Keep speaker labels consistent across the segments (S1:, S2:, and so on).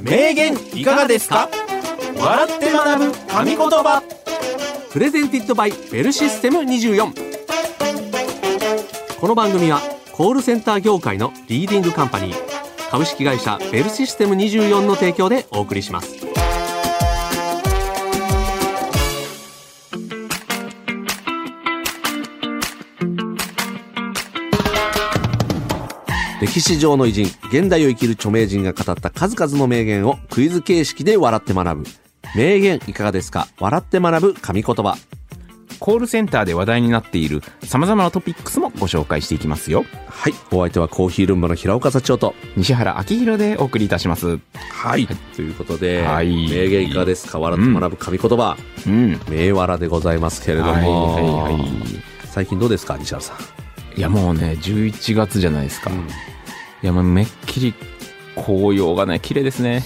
S1: 名言いかがですか笑って学ぶ神言葉
S2: プレゼンティッドバイベルシステム24この番組はコールセンター業界のリーディングカンパニー株式会社ベルシステム24の提供でお送りします歴史上の偉人現代を生きる著名人が語った数々の名言をクイズ形式で笑って学ぶ名言いかがですか笑って学ぶ神言葉
S3: コールセンターで話題になっている様々なトピックスもご紹介していきますよ。
S2: はいお相手はコーヒールンバの平岡社長と
S3: 西原明宏でお送りいたします。
S2: はい。ということで、
S3: はい
S2: 名言いかがですか笑って学ぶ神言葉、
S3: うん。
S2: 名笑でございますけれども、
S3: はいはいはい
S2: 最近どうですか西原さん。
S3: いやもうね、11月じゃないですか。いやもうめっきり紅葉がね、綺麗ですね。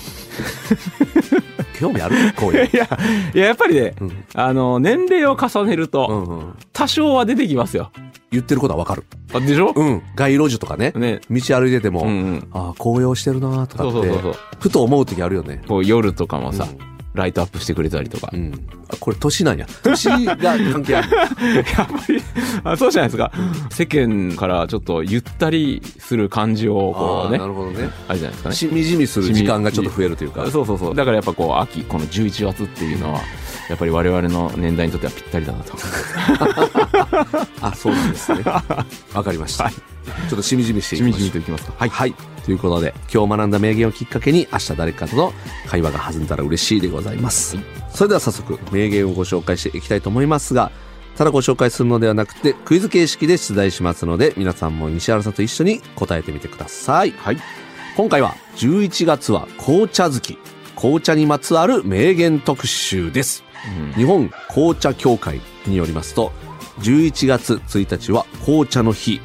S2: 興味あるこういう。
S3: いや、いややっぱりね、
S2: うん
S3: あの、年齢を重ねる
S2: う
S3: と、
S2: んうん、
S3: 多少は出てきますよ。
S2: 言ってることはわかる。
S3: あでしょ、
S2: うん。街路樹とかね。
S3: ね。
S2: 道歩いてても、
S3: うんうん。
S2: ああ、紅葉してるなーとか
S3: そう
S2: って
S3: そうそうそう。
S2: ふと思う時あるよね。
S3: こう夜とかもさ、
S2: うん
S3: ライトアップしてくれたりとか。
S2: うん。あこれ年なんや。年が関係あ る。
S3: やっぱりあ、そうじゃないですか。世間からちょっとゆったりする感じを、こ
S2: あ
S3: うね
S2: ーな、るほどね。
S3: あれじゃないですかね。
S2: しみじみする時間がちょっと増えるというか。
S3: そうそうそう。だからやっぱこう、秋、この11月っていうのは、やっぱり我々の年代にとってはぴったりだなと。
S2: あ、そうなんです ね。わかりました。ちょっとしみじみしていきましょう。
S3: しみじみといきますか
S2: はい。はい。ということで、今日学んだ名言をきっかけに、明日誰かとの会話が弾んだら嬉しいでございます。それでは早速、名言をご紹介していきたいと思いますが、ただご紹介するのではなくて、クイズ形式で出題しますので、皆さんも西原さんと一緒に答えてみてください。
S3: はい。
S2: 今回は、11月は紅茶好き、紅茶にまつわる名言特集です。日本紅茶協会によりますと11月1日は紅茶の日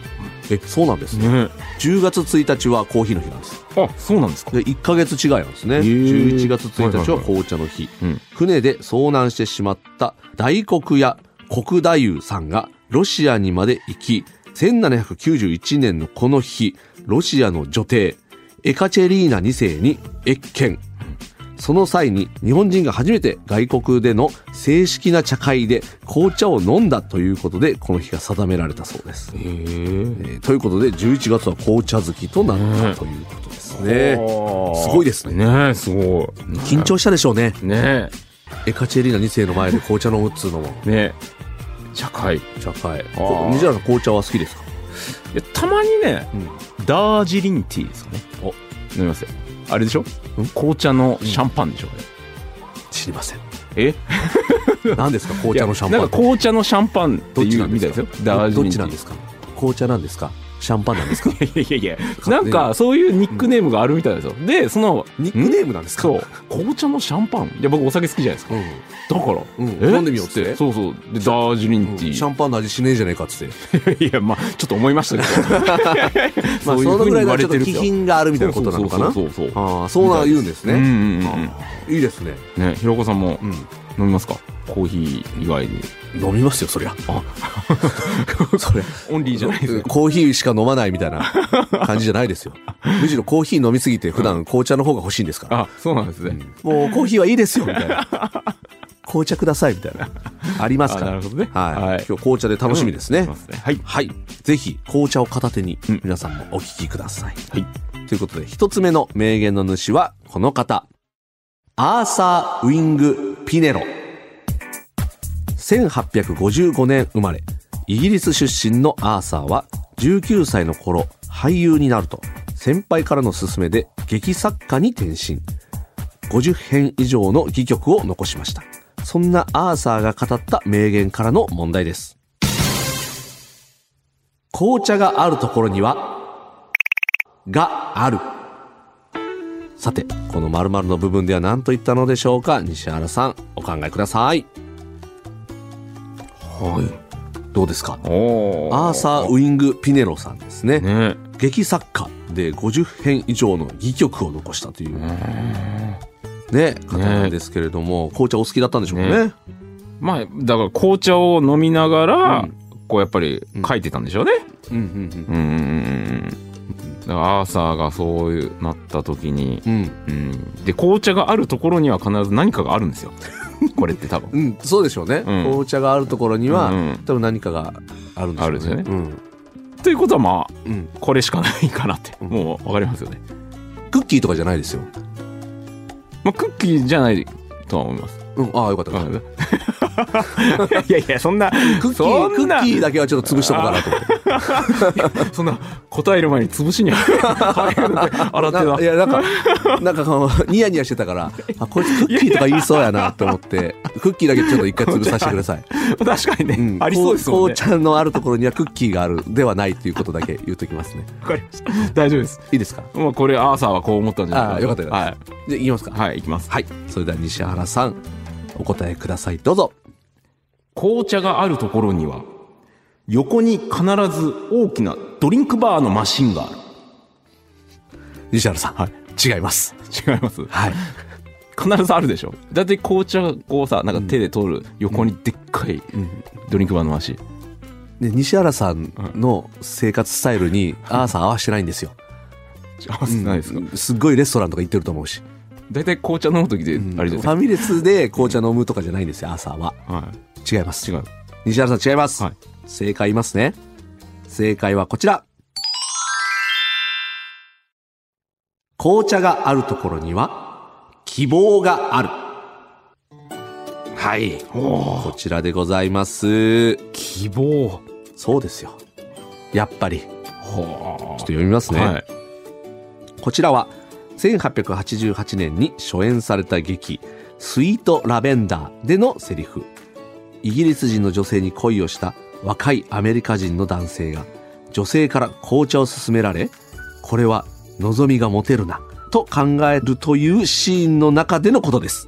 S2: えそうなんですね
S3: ね
S2: 10月1日はコーヒーの日なんです
S3: あ、そうなんですか
S2: で1ヶ月違いなんですね
S3: へー
S2: 11月1日は紅茶の日、
S3: いはいうん
S2: 船で遭難してしまった大黒屋国太夫さんがロシアにまで行き1791年のこの日ロシアの女帝エカチェリーナ2世に謁見その際に日本人が初めて外国での正式な茶会で紅茶を飲んだということでこの日が定められたそうです。
S3: へえ。
S2: えーということで11月は紅茶好きとなったということですね。すごいですね。
S3: ねえ、すごい。
S2: 緊張したでしょうね。
S3: ね
S2: エカチェリーナ2世の前で紅茶飲むっつうのも。
S3: え、ねえ、社会。い
S2: 茶会。
S3: あー
S2: こ西原さん紅茶は好きですか
S3: やたまにね、ダージリンティーですかね。
S2: お
S3: 飲みますよ。あれでしょ紅茶のシャンパンでしょ、あれ
S2: 知りません。
S3: え
S2: 何ですか紅茶のシャン
S3: いや
S2: パ
S3: な
S2: ン
S3: んか紅茶のシャンパンっていうみたいですよ。ダージ
S2: どっ
S3: リン
S2: ち
S3: テ
S2: な
S3: ィー
S2: んですか紅茶なんですかシャンパンなんですか
S3: いやいやいや、なんかそういうニックネームがあるみたいですよ。で、その、
S2: ニックネームなんですか
S3: そう、紅茶のシャンパン。いや、僕お酒好きじゃないですか。
S2: うん。
S3: だから、
S2: うん
S3: え
S2: 飲んでみようって
S3: つそうそう。で、ダージリンティ
S2: シャ
S3: ー。
S2: ンパンの味しねえじゃねえかっつって。
S3: いや、まあ、ちょっと思いましたけど。
S2: まあ、そ
S3: そうい
S2: の
S3: うふ
S2: ぐ
S3: うに
S2: らい
S3: 言わ
S2: のちょ
S3: れ
S2: っと
S3: てるんで
S2: 気
S3: すよ。
S2: 品があるみたいなことなのかな
S3: そうそうそうそう。
S2: ああ、そうなん言うんです
S3: うん
S2: ね。
S3: うんうん
S2: いいですね。
S3: うん。ね、ひろこさんも
S2: うん。
S3: 飲みますかコーヒー以外に。
S2: 飲みますよ、そりゃ。 そりゃ。
S3: オンリーじゃないですか。
S2: コーヒーしか飲まないみたいな感じじゃない ですよ。むしろコーヒー飲みすぎて普段紅茶の方が欲しいんですから。
S3: あ、そうなんですね。
S2: もうコーヒーはいいですよ、みたいな。紅茶ください、みたいな。あります
S3: あ、
S2: か
S3: な
S2: ら。
S3: るほどね。
S2: はい。今日紅茶で楽しみですね。
S3: そうですね。はい。
S2: はい。ぜひ、紅茶を片手に
S3: うん、
S2: 皆さんもお聞きください。
S3: はい。
S2: ということで、一つ目の名言の主は、この方。アーサー・ウィング・ピネロ。1855年生まれ、イギリス出身のアーサーは、19歳の頃、俳優になると、先輩からの勧めで、劇作家に転身。50編以上の戯曲を残しました。そんなアーサーが語った名言からの問題です。紅茶があるところには、がある。さて、この〇〇の部分では何と言ったのでしょうか西原さん、お考えください。はい。どうですか
S3: おー
S2: アーサー・ウィング・ピネロさんですね。
S3: ね
S2: 劇作家で50編以上の戯曲を残したという、ね、方なんですけれども、紅茶お好きだったんでしょうかね。
S3: まあだから紅茶を飲みながら、こうやっぱり書いてたんでしょうね。
S2: うんうんうん
S3: うんうんうんだからアーサーがそういうなった時に、
S2: うん、
S3: うん、で紅茶があるところには必ず何かがある んですよこれって多分
S2: うん、そうでしょうね、
S3: うん
S2: 紅茶があるところには、
S3: うん
S2: 多分何かがあるんでしょうね
S3: あるんですよね
S2: うん
S3: ということはまあ
S2: うん、
S3: これしかないかなって
S2: うん
S3: もう分かりますよね、
S2: クッキーとかじゃないですよ、
S3: まあ、クッキーじゃないとは思います
S2: うん、ああよかったよかった、
S3: うん いやいやそんな
S2: クッキ
S3: そ
S2: ーク
S3: んな
S2: ッキーだけはちょっと潰しとこうか なと思って
S3: そんな答える前に潰しに 洗って
S2: な
S3: ない
S2: やなんかなんかこうニヤニヤしてたからあこいつクッキーとか言いそうやなと思ってクッキーだけちょっと一回潰させてください、
S3: 確かにね、
S2: うん、
S3: ありそうですもんね
S2: 紅茶のあるところにはクッキーがあるではないということだけ言っときますね
S3: わかりました 大丈夫です
S2: いいですか
S3: もうこれアーサーはこう思ったんじゃない
S2: あーよかったよか
S3: はい
S2: じゃあいきますか
S3: はい、いきます。
S2: はいそれでは西原さんお答えくださいどうぞ
S3: 紅茶があるところには、横に必ず大きなドリンクバーのマシンがある。
S2: 西原さん、
S3: はい
S2: 違います
S3: 違います
S2: はい
S3: 必ずあるでしょだって紅茶をさ、なんか手で取る横にでっかいドリンクバーのマシン。
S2: で西原さんの生活スタイルにアーサー合わしてないんですよ
S3: 合わせてないですか
S2: すっごいレストランとか行ってると思うし
S3: 大体紅茶飲む時であれじ
S2: フ
S3: ゃない
S2: ァミレスで紅茶飲むとかじゃないんですよ朝は
S3: はい。
S2: 違います
S3: 違う。
S2: 西原さん違います、
S3: はい
S2: 正解言いますね正解はこちら紅茶があるところには希望があるはいこちらでございます
S3: 希望。
S2: そうですよやっぱりちょ
S3: は
S2: っと読みます
S3: あ。
S2: ね、
S3: はい。
S2: こちらは1888年に初演された劇「スイート・ラベンダー」でのセリフイギリス人の女性に恋をした若いアメリカ人の男性が女性から紅茶を勧められこれは望みが持てるなと考えるというシーンの中でのことです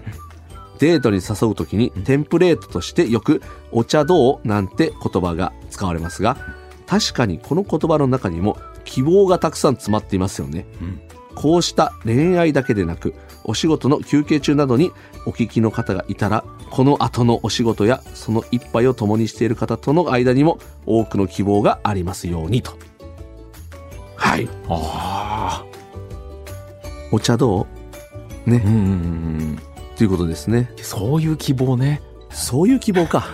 S2: デートに誘う時にテンプレートとしてよく「お茶どう?」なんて言葉が使われますが確かにこの言葉の中にも希望がたくさん詰まっていますよね
S3: うん
S2: こうした恋愛だけでなく、お仕事の休憩中などにお聞きの方がいたら、この後のお仕事やその一杯を共にしている方との間にも多くの希望がありますようにと。はい。
S3: あ
S2: お茶ど
S3: あ。うんうんうんうん。
S2: うということですね。
S3: そういう希望ね。
S2: そういう希望 か。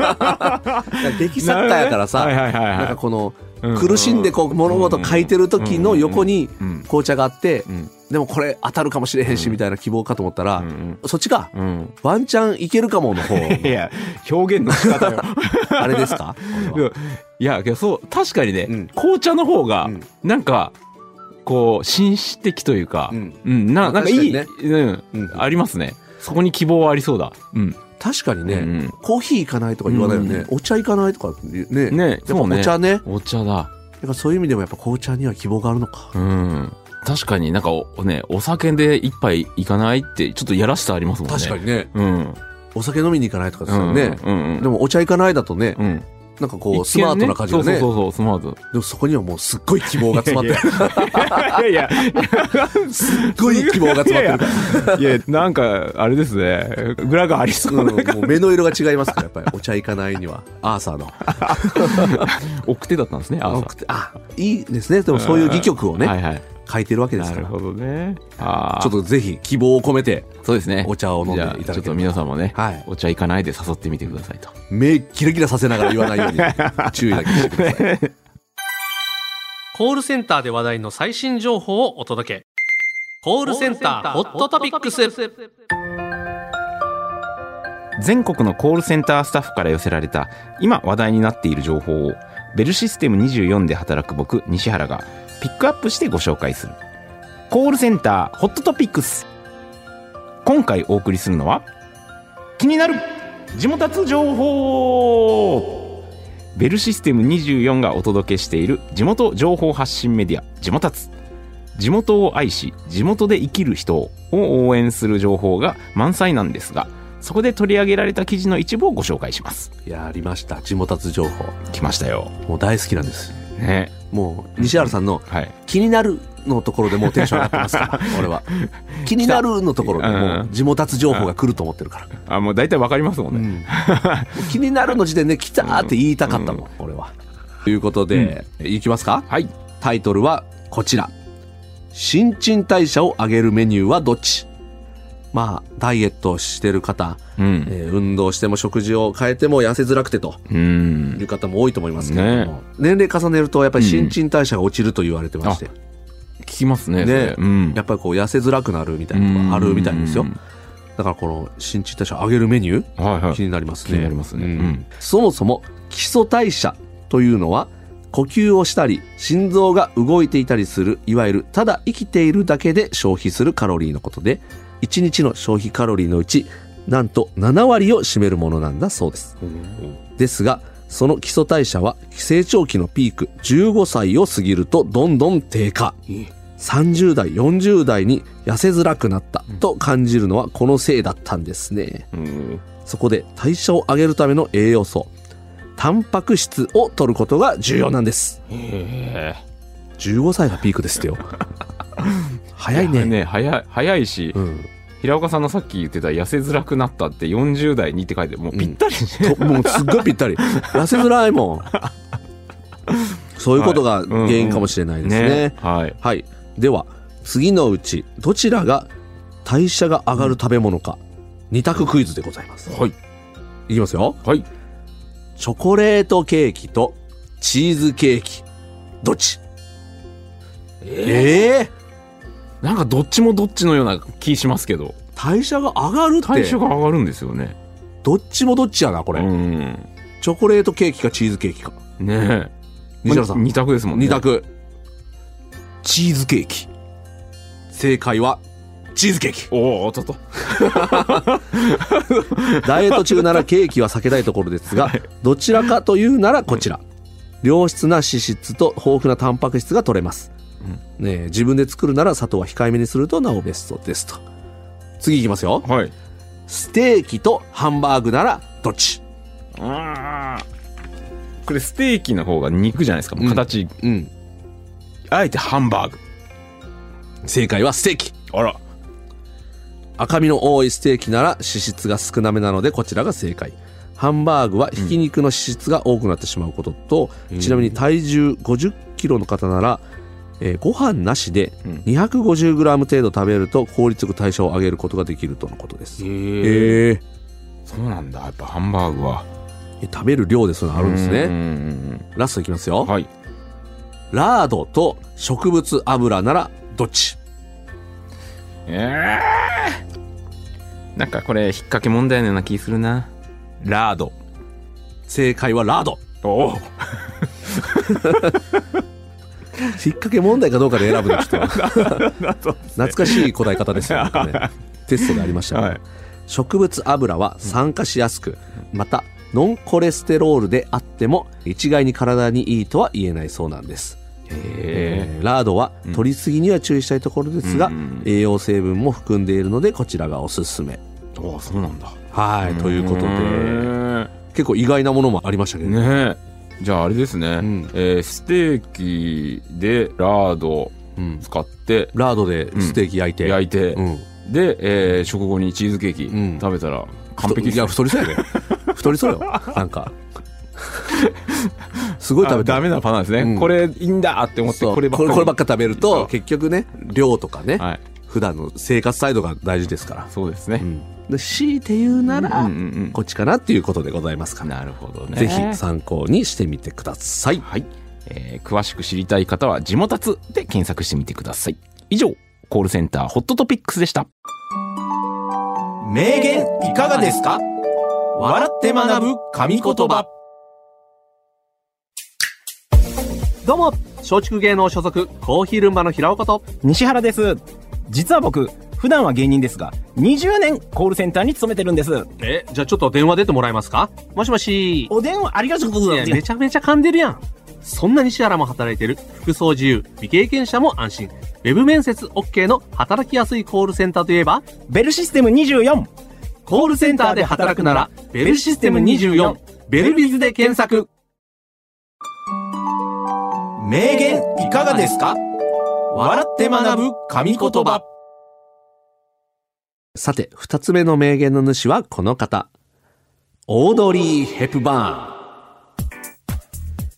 S2: 出来作家やからさ、
S3: はいはいはい
S2: なん
S3: は
S2: か
S3: い
S2: この
S3: うん。
S2: 苦しんでこう物事書いてる時の横に
S3: うん。
S2: 紅茶があって
S3: う、ん。
S2: でもこれ当たるかもしれへんし
S3: うん
S2: みたいな希望かと思った
S3: う
S2: ら、
S3: ん。
S2: そっちか。
S3: うん。
S2: ワンチャンいけるかもの方。
S3: い や、表現の仕方よ。
S2: あれですか
S3: いや、けどそう、確かにね、
S2: うん
S3: 紅茶の方が
S2: うん、
S3: なんか、こう、紳士的というか、
S2: う
S3: うんん、な
S2: まあ
S3: なんかいい、
S2: 確
S3: うん、
S2: うん
S3: ありますね。そこに希望はありそうだ。うん。
S2: 確かにね、
S3: うんうん
S2: コーヒー行かないとか言わないよね、お茶行かないとかねやっ
S3: ね
S2: ぱ
S3: そうね。
S2: お茶ねだか
S3: お茶だ。
S2: らそういう意味でもやっぱ紅茶には希望があるのか、
S3: うん。確かになんかお、ね、お酒で一杯いかないって、ちょっとやらしさありますもんね。
S2: 確か
S3: に。
S2: にね
S3: うん。
S2: お酒飲みに行かないとかです
S3: う
S2: よ
S3: ん。
S2: ね、
S3: うんうん。
S2: でもお茶行かないだとね、
S3: うん、
S2: なんかこうスマートな感じがね
S3: 一見そうそうそう、スマー ト。
S2: でもそこにはもうすっごい希望が詰まっ てる
S3: いやいや、
S2: すっごい希望が詰まってるから
S3: いや、なんか、あれですね。裏があり そううんな。
S2: もう目の色が違いますからやっぱりお茶行かないにはアーサーの
S3: 奥手だったんですね、アーサー。
S2: あいいですねでもそういう戯曲をね、
S3: はいはい。
S2: 書いてるわけです
S3: な
S2: か
S3: る
S2: ら
S3: ほどね。ああ。
S2: ちょっとぜひ希望を込めて
S3: そうですね。
S2: お茶を飲んでいただければ
S3: じゃあちょっと皆さんもね、
S2: はい
S3: お茶行かないで誘ってみてくだ さいと。
S2: 目キラキラさせながら言わないよ うに注意だけしてください。
S4: コールセンターで話題の最新情報をお届けコールセンターホットトピックス
S3: 全国のコールセンタースタッフから寄せられた今話題になっている情報をベルシステム24で働く僕西原がピックアップしてご紹介するコールセンターホットトピックス今回お送りするのは気になる地元発情報ベルシステム24がお届けしている地元情報発信メディア地元発地元を愛し地元で生きる人を応援する情報が満載なんですがそこで取り上げられた記事の一部をご紹介します
S2: やりました。地元達情報。
S3: 来ましたよ
S2: もう大好きなんです。
S3: ね
S2: もう、西原さんの
S3: はい
S2: 気になるのところでもうテンション上がってます から、俺は。気になるのところでもう地元達情報が来ると思ってるから。
S3: あもう大体わかりますもん
S2: う
S3: ね、
S2: ん気になるの時点で来たーって言いたかったもん、俺は。ということで、いきますか
S3: はい
S2: タイトルは、こちら新陳代謝を上げるメニューはどっちまあダイエットをしてる方、
S3: うん。
S2: えー運動しても食事を変えても痩せづらくてと
S3: うん
S2: い。う方も多いと思いますけれども、年齢重ねるとやっぱり新陳代謝が落ちると言われてまして、
S3: 聞きます
S2: ね
S3: ね。それうん
S2: やっぱりこう痩せづらくなるみたいなのがあるみたいですよ
S3: うん
S2: だからこの新陳代謝を上げるメニュー
S3: はいは
S2: 気
S3: い。
S2: になりますね。
S3: 気になりますね
S2: うん
S3: うん
S2: そもそも基礎代謝というのは呼吸をしたり心臓が動いていたりするいわゆるただ生きているだけで消費するカロリーのことで1日の消費カロリーのうちなんと7割を占めるものなんだそうです。ですがその基礎代謝は成長期のピーク15歳を過ぎるとどんどん低下。30代40代に痩せづらくなったと感じるのはこのせいだったんですね。
S3: うん
S2: そこで代謝を上げるための栄養素タンパク質を摂ることが重要なんです15歳がピークです ってよ早いね
S3: ね早い、早いし
S2: う、ん、
S3: 平岡さんのさっき言ってた痩せづらくなったって40代にって書いてもうぴったりしてる
S2: ともうすっごいぴったり痩せづらい もんそういうことが原因かもしれないですね,、
S3: ね。はい。
S2: はいでは次のうちどちらが代謝が上がる食べ物か二択クイズでございます
S3: はい。
S2: いきますよ
S3: はい。
S2: チョコレートケーキとチーズケーキ、どっちええ
S3: なんかどっちもどっちのような気しますけど、
S2: 代謝が上がるっ
S3: 代謝
S2: て、
S3: が上がるんですよね。
S2: どっちもどっちやな、こ
S3: う
S2: れ。
S3: ん。
S2: チョコレートケーキかチーズケーキか。
S3: ねえ。
S2: 西原さん、
S3: 2択ですもんね。
S2: 二。択。チーズケーキ。正解は、チーズケーキ。
S3: おお、ちょっと。
S2: ダイエット中ならケーキは避けたいところですが、どちらかというならこちら。良質な脂質と豊富なタンパク質が取れます。ねえ、自分で作るなら砂糖は控えめにするとなおベストですと。次いきますよ。
S3: はい。
S2: ステーキとハンバーグならどっち
S3: あーこれステーキの方が肉じゃないですか、もう形、
S2: うん。
S3: あえてハンバーグ
S2: 正解はステーキ。
S3: あら
S2: 赤身の多いステーキなら脂質が少なめなのでこちらが正解ハンバーグはひき肉の脂質が多くなってしまうことと、ちなみに体重5 0キロの方なら、えーご飯なしで
S3: うん
S2: 2 5 0グラム程度食べると効率よく代謝を上げることができるとのことです
S1: え
S2: ええ
S3: そうなんだやっぱハンバーグは
S2: 食べる量でそういうのあるんです
S3: うんう
S2: ね
S3: ん
S2: ラストいきます
S3: う
S2: よ
S3: んはい
S2: ラードと植物油ならどっち
S3: えー、なんかこれ引っ掛け問題のような気するなラード
S2: 正解はラード
S3: おお
S2: 引っ掛け問題かどうかで選ぶのち ょっと懐かしい答え方ですよなんか ねテストでありましたけど、
S3: はい
S2: 植物油は酸化しやすくまたノンコレステロールであっても一概に体にいいとは言えないそうなんです、
S3: え
S2: えーラードは取りすぎには注意したいところですが、
S3: うん
S2: 栄養成分も含んでいるのでこちらがおすすめ
S3: ー、おおそうなんだ
S2: はいということで結構意外なものもありましたけ
S3: で
S2: どね
S3: ねえじゃああれですね、
S2: ん
S3: えーステーキでラード
S2: うん
S3: 使って
S2: ラードでステーキ焼いて、
S3: 焼いて、
S2: うん
S3: で、えー食後にチーズケーキ
S2: ん
S3: 食べたら完璧
S2: いや
S3: です、
S2: 太りそうやね 太りそうよなんかすごい食
S3: あ
S2: べてる
S3: ダメなパターンですね、
S2: うん
S3: これいいんだって思って
S2: そう
S3: こ
S2: こ
S3: れ
S2: れ
S3: ばっかり
S2: こればっか食べる
S3: そ
S2: と
S3: う
S2: 結局ね量とかね、
S3: はい
S2: 普段の生活態度が大事ですから、
S3: そうですね、
S2: で強いて言うなら、
S3: うんうんうん
S2: こっちかなっていうことでございますから、
S3: なるほどね
S2: ぜひ参考にしてみてください
S3: はい、えー詳しく知りたい方は「地元つ」で検索してみてください以上コールセンターホットトピックスでした
S1: 名言いかがですか笑って学ぶ神言葉
S4: どうも松竹芸能所属コーヒールンバの平岡と
S5: 西原です。実は僕、普段は芸人ですが、20年コールセンターに勤めてるんです。
S4: えじゃあちょっと電話出てもらえますかもしもし
S5: お電話ありがとうご
S4: い
S5: ざいま
S4: や
S5: す。
S4: めちゃめちゃ噛んでるやんそんな西原も働いてる服装自由未経験者も安心ウェブ面接 OK の働きやすいコールセンターといえば
S5: ベルシステム24。
S4: コールセンターで働くなら、ベルシステム24、ベルビズで検索。
S1: 名言いかがですか笑って学ぶ神言葉
S2: さて2つ目の名言の主はこの方オードリー・ヘプバ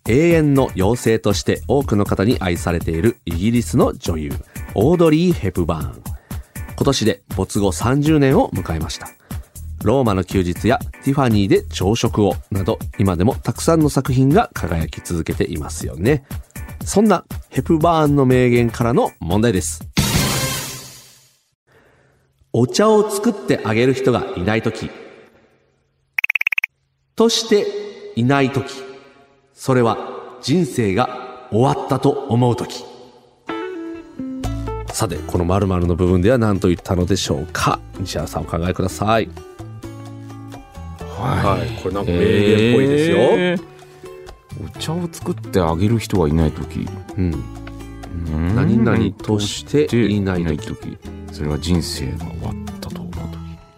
S2: ーン永遠の妖精として多くの方に愛されているイギリスの女優、オードリー・ヘプバーン。今年で没後30年を迎えました。ローマの休日やティファニーで朝食をなど今でもたくさんの作品が輝き続けていますよね。そんなヘプバーンの名言からの問題です。お茶を作ってあげる人がいないとき、としていないとき、それは人生が終わったと思うとき。さて、この〇〇の部分では何と言ったのでしょうか西原さんお考えください。はい、これなんか名言っぽいですよ。
S3: えーお茶を作ってあげる人はいない時
S2: うん、
S3: うん
S2: 何々としていないと
S3: とき
S2: き
S3: それは人生が終わったと思う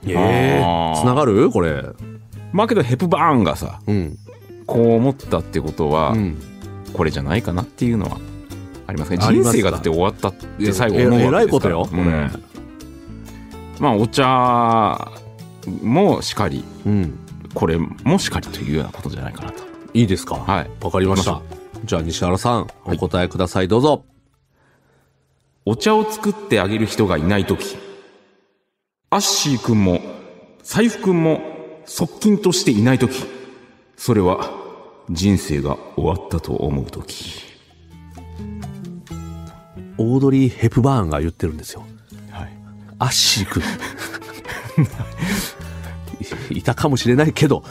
S3: 時
S2: え
S3: あー
S2: ー、つながるこれ。
S3: まあけどヘプバーンがさ
S2: うん、
S3: こう思ったってことは、
S2: うん。
S3: これじゃないかなっていうのはありますね
S2: あり
S3: 人
S2: ますか
S3: 生がだって終わったって最後思うわけですから
S2: ええらいことよ
S3: うんまあお茶もしかり
S2: うん、
S3: これもしかりというようなことじゃないかなと
S2: いいですか。
S3: はい
S2: わかりました。じゃあ西原さん、お答えください。どうぞ。
S3: お茶を作ってあげる人がいない時アッシーくんも財布くんも側近としていない時それは人生が終わったと思う時
S2: オードリー・ヘプバーンが言ってるんですよ。
S3: はい
S2: アッシー君。いいたかもしれないけど、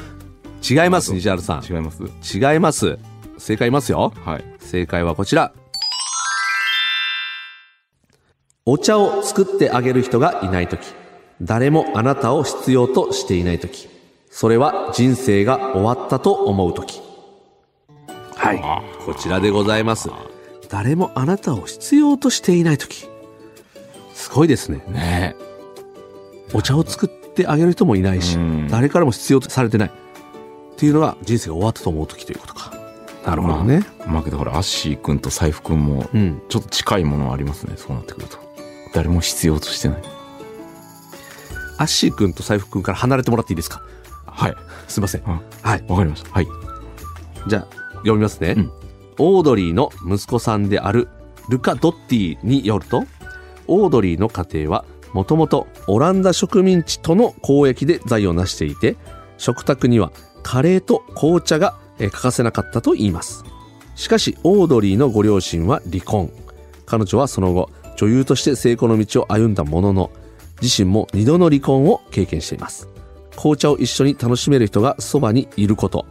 S2: 違います、西原さん。
S3: 違います
S2: 違います。正解いますよ。
S3: はい
S2: 正解はこちら。お茶を作ってあげる人がいないとき、誰もあなたを必要としていないとき、それは人生が終わったと思うとき。はい。こちらでございます。誰もあなたを必要としていないとき。すごいですね。
S3: ねえ
S2: お茶を作ってあげる人もいないし
S3: うん、
S2: 誰からも必要とされてない。っていうのが人生が終わったと思うときということか。なるほどね。
S3: まあけどほらアッシーくんと財布くんも
S2: うん。
S3: ちょっと近いものはありますねそうなってくると誰も必要としてない
S2: アッシーくんと財布くんから離れてもらっていいですか
S3: はい
S2: すいません。
S3: あ
S2: はい。
S3: わかりましたはい
S2: じゃあ、読みますね、
S3: うん
S2: オードリーの息子さんであるルカ・ドッティによると、オードリーの家庭はもともとオランダ植民地との交易で財を成していて、食卓にはカレーと紅茶がえー欠かせなかったと言います。しかし、オードリーのご両親は離婚。彼女はその後、女優として成功の道を歩んだものの、自身も二度の離婚を経験しています。紅茶を一緒に楽しめる人がそばにいること、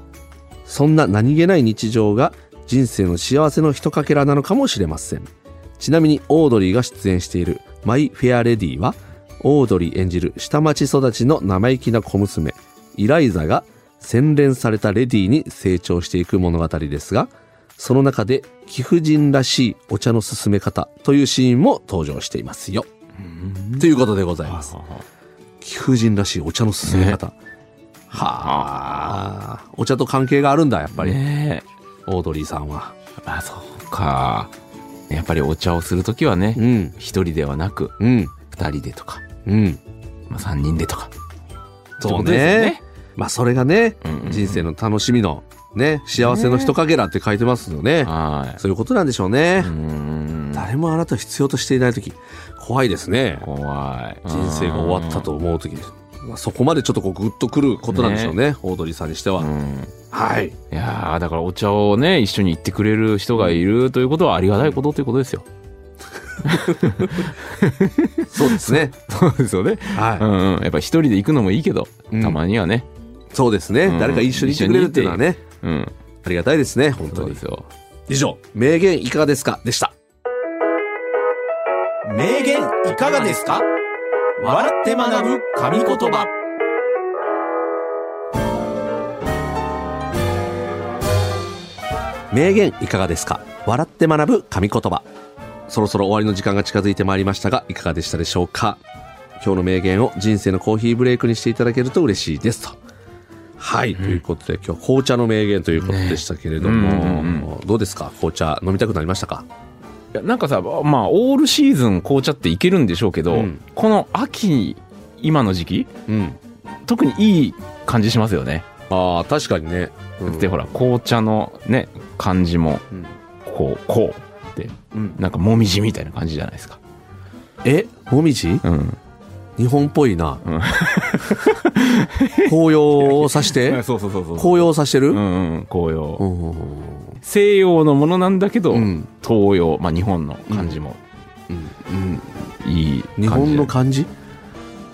S2: そんな何気ない日常が人生の幸せの一かけらなのかもしれません。ちなみにオードリーが出演しているマイ・フェア・レディは、オードリー演じる下町育ちの生意気な小娘、イライザが洗練されたレディに成長していく物語ですが、その中で貴婦人らしいお茶の進め方というシーンも登場していますよ。ということでございます。貴婦人らしいお茶の進め方。はあ、お茶と関係があるんだ、やっぱり。
S3: ね
S2: オードリーさんは。
S3: えまあそうかやっぱりお茶をするときはね
S2: うん、
S3: 一、人ではなく
S2: うん、
S3: 二人でとか、
S2: うん。
S3: まあ、三人でとか
S2: そう
S3: ってことです
S2: ね。まあ、それがね
S3: うんうんう、ん
S2: 人生の楽しみの、ね、幸せの一かけらって書いてますよね。
S3: は
S2: そういうことなんでしょうね
S3: いう。ん
S2: 誰もあなたを必要としていないとき、怖いですね。
S3: 怖い
S2: 人生が終わったと思うときです。まあ、そこまでちょっとこうグッとくることなんでしょうね、オードリーさんにして
S3: う
S2: は。
S3: ん
S2: はい。
S3: いやーだからお茶をね一緒に行ってくれる人がいるということはありがたいことということですよ、
S2: そうですね。
S3: そうですよねう
S2: は
S3: んうんやっぱ一人で行くのもいいけど
S2: うん
S3: たまにはね
S2: い。そうですね
S3: う。ん
S2: 誰か一緒にいてくれるっていうのはね、
S3: うん
S2: ありがたいですね、本当
S3: そうで
S2: に
S3: す。よ
S2: 以上、名言いかがですかでした。
S1: 名言いかがですか笑って学ぶ神言葉
S2: 名言いかがですか笑って学ぶ神言葉。そろそろ終わりの時間が近づいてまいりましたが、いかがでしたでしょうか今日の名言を人生のコーヒーブレイクにしていただけると嬉しいですと。はい、ということで今日紅茶の名言ということでしたけれども、どうですか紅茶飲みたくなりましたか
S3: いやなんかさまあオールシーズン紅茶っていけるんでしょうけど、
S2: うん
S3: この秋今の時期
S2: うん。
S3: 特にいい感じしますよね
S2: ああ、確かにね。うん
S3: でほら紅茶のね感じも
S2: うん
S3: こうこうって
S2: うん
S3: なんかもみじみたいな感じじゃないですか
S2: えもみじ
S3: うん
S2: 日本っぽいな
S3: うん。
S2: 紅葉を指し て
S3: そうそうそうそう
S2: 紅葉を指して
S3: う
S2: る
S3: んうん紅葉、
S2: うん
S3: 西洋のものなんだけど、
S2: うん
S3: 東洋まあ日本の感じも
S2: うん
S3: いい感じ
S2: 日本の
S3: で
S2: 漢字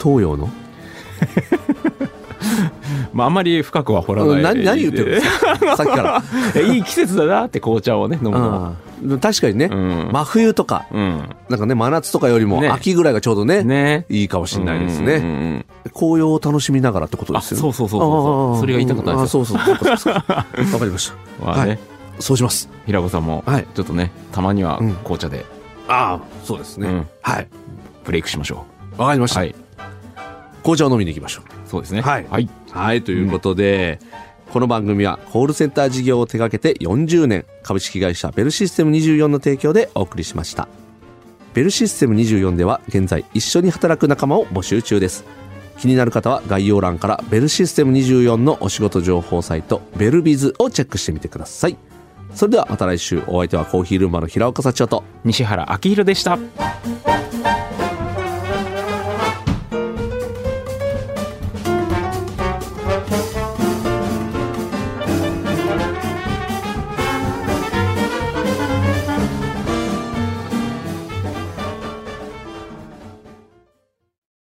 S2: 東洋の
S3: まああんまり深くは掘らない
S2: うん何何言ってるんですすか さっきから
S3: かいい季節だなって紅茶をね飲むのは
S2: うん確かにね
S3: うん
S2: 真冬とか
S3: うん
S2: なんかね真夏とかよりも
S3: ね
S2: 秋ぐらいがちょうどね
S3: ね
S2: いいかもしれないです
S3: うんう
S2: ね
S3: んうん
S2: 紅葉を楽しみながらってことで
S3: あ
S2: す
S3: そ
S2: よ
S3: う
S2: ね
S3: そうそうそうそ
S2: あ
S3: う
S2: ー
S3: それが言いたかったん
S2: うん
S3: で
S2: あ
S3: すよ
S2: そうそうそうかそう かわかりまし
S3: まあね
S2: はたそうします
S3: 平子さんも
S2: はい
S3: ちょっとねたまには
S2: うん
S3: 紅茶で
S2: ああそうです
S3: う
S2: ね
S3: ん
S2: はい
S3: ブレイクしましょ
S2: わかりまし
S3: う
S2: た
S3: はい
S2: 紅茶を飲みに行きましょう
S3: そうですね
S2: はい
S3: はい
S2: はい、ということで、この番組はコールセンター事業を手掛けて40年、株式会社ベルシステム24の提供でお送りしました。ベルシステム24では現在一緒に働く仲間を募集中です。気になる方は概要欄からベルシステム24のお仕事情報サイトベルビズをチェックしてみてください。それではまた来週お相手はコーヒールーマの平岡幸男と
S3: 西原明宏でした